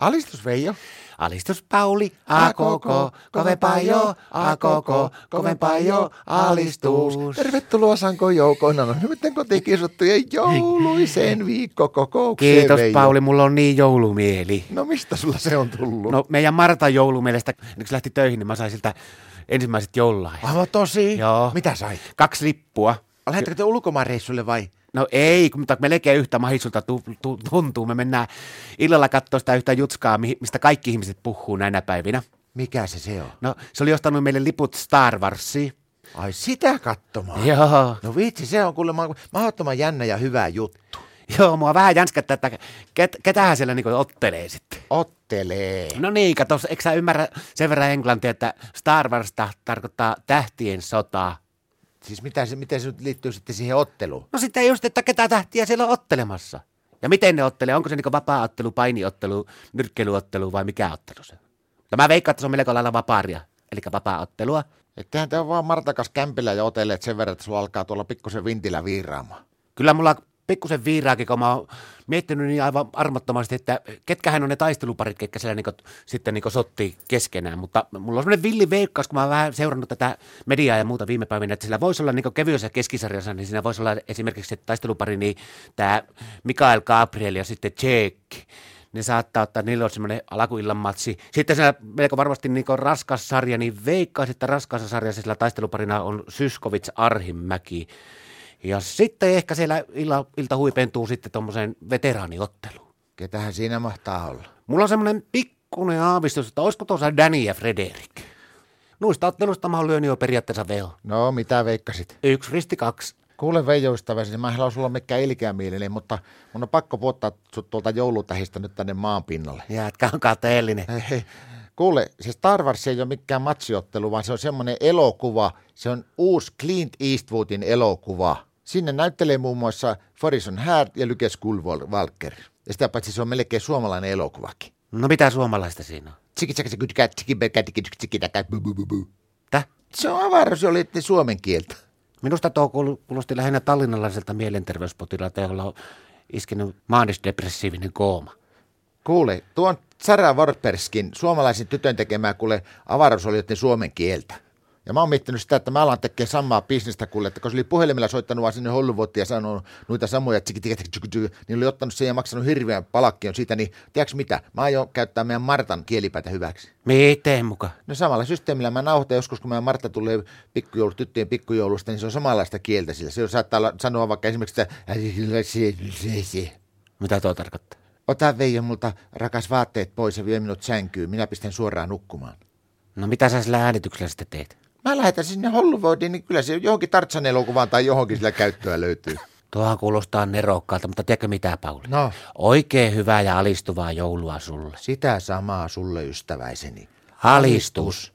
Alistus Veijo. Alistus Pauli, a koko, kovempaa jo, a koko, kovempaa jo, alistus. Tervetuloa Sanko joukoon. On nyt kotikisottujen jouluisen viikkokokoukseen Kiitos Veijo. Pauli, mulla on niin joulumieli. No mistä sulla se on tullut? No meidän Martan joulumielestä, kun se lähti töihin, niin mä sain siltä ensimmäiset joululahjat. Aivan tosi? Joo. Mitä sait? Kaksi lippua. Lähettekö te ulkomaanreissulle vai? No ei, kun- mutta melkein yhtä mahdollisuutta tu- tu- tuntuu. Me mennään illalla katsoa sitä yhtä jutskaa, mihin- mistä kaikki ihmiset puhuu näinä päivinä. Mikä se se on? No, se oli ostanut meille liput Star Warsiin. Ai sitä katsomaan. Joo. No vitsi, se on kuulemma mahdottoman jännä ja hyvä juttu. Joo, mua vähän jänskättää, että ket, ketähän siellä niinku ottelee sitten. Ottelee. No niin, kato, eikö sä ymmärrä sen verran englantia, että Star Wars ta- tarkoittaa tähtien sotaa. Siis mitä se, miten se nyt liittyy sitten siihen otteluun? No sitten just, että ketä tähtiä siellä on ottelemassa. Ja miten ne ottelee? Onko se niinku vapaa-ottelu, painiottelu, nyrkkelyottelu vai mikä ottelu se on? No mä veikkaan, että se on melko lailla vapaaria, eli vapaa-ottelua. Ettehän te on vaan Martakas kämpillä ja otelleet sen verran, että sulla alkaa tuolla pikkusen vintillä viiraamaan. Kyllä mulla on pikkusen viiraakin, kun mä oon miettinyt niin aivan armottomasti, että ketkähän on ne taisteluparit, ketkä siellä niinku, sitten niinku sottii keskenään. Mutta mulla on semmoinen villi veikkaus, kun mä oon vähän seurannut tätä mediaa ja muuta viime päivinä, että sillä voisi olla niinku kevyessä keskisarjassa, niin siinä voisi olla esimerkiksi se taistelupari, niin tämä Mikael Gabriel ja sitten Jake. Ne saattaa ottaa, niillä on semmoinen alakuillan matsi. Sitten siellä melko varmasti niin raskas sarja, niin veikkaas, että raskaassa sarjassa sillä taisteluparina on Syskovits Arhimäki. Ja sitten ehkä siellä illa, ilta huipentuu sitten tuommoiseen veteraaniotteluun. Ketähän siinä mahtaa olla? Mulla on semmoinen pikkuinen aavistus, että olisiko tuossa Danny ja Frederik. Noista ottelusta mä oon lyönyt jo periaatteessa veo. No, mitä veikkasit? Yksi risti kaksi. Kuule Veijo ystäväsi, mä en halua sulla mikään ilkeä mielinen, mutta mun on pakko puottaa sut tuolta joulutähistä nyt tänne maan pinnalle. Jäätkä on kateellinen. Hei, hei. Kuule, se Star Wars ei ole mikään matsiottelu, vaan se on semmoinen elokuva. Se on uusi Clint Eastwoodin elokuva. Sinne näyttelee muun muassa Forison Hart ja Luke Skywalker. Ja sitä paitsi se on melkein suomalainen elokuvakin. No mitä suomalaista siinä on? Tsiki tsaki tsaki tsiki tsiki tsiki tsiki tsiki tsiki bu bu bu bu. Täh? Se on avaruusjoljetti suomen kieltä. Minusta tuo kuul- kuulosti lähinnä tallinnalaiselta mielenterveyspotilaalta, jolla on iskenyt maanisdepressiivinen kooma. Kuule, tuo on Sara Warperskin suomalaisen tytön tekemää kuule avaruusoljoiden suomen kieltä. Ja mä oon miettinyt sitä, että mä alan tekemään samaa bisnestä kuule, että kun se oli puhelimella soittanut vaan sinne Hollywoodia ja sanonut noita samoja tsiki tsiki tsiki tsiki, tsiki, niin oli ottanut sen ja maksanut hirveän palakkion siitä, niin tiedätkö mitä, mä aion käyttää meidän Martan kielipäätä hyväksi. Miten muka? No samalla systeemillä mä nauhoitan joskus, kun mä Martta tulee pikkujoulut, tyttöjen pikkujoulusta, niin se on samanlaista kieltä sillä. Se saattaa olla- sanoa vaikka esimerkiksi, että Mitä tuo tarkoittaa? Ota Veijo multa rakas vaatteet pois ja vie minut sänkyyn. Minä pistän suoraan nukkumaan. No mitä sä sillä äänityksellä sitten teet? Mä lähetän sinne Hollywoodiin, niin kyllä se johonkin Tartsan elokuvaan tai johonkin sillä käyttöä löytyy. Tuohan kuulostaa nerokkaalta, mutta tiedätkö mitä, Pauli? No. Oikein hyvää ja alistuvaa joulua sulle. Sitä samaa sulle ystäväiseni. Alistus.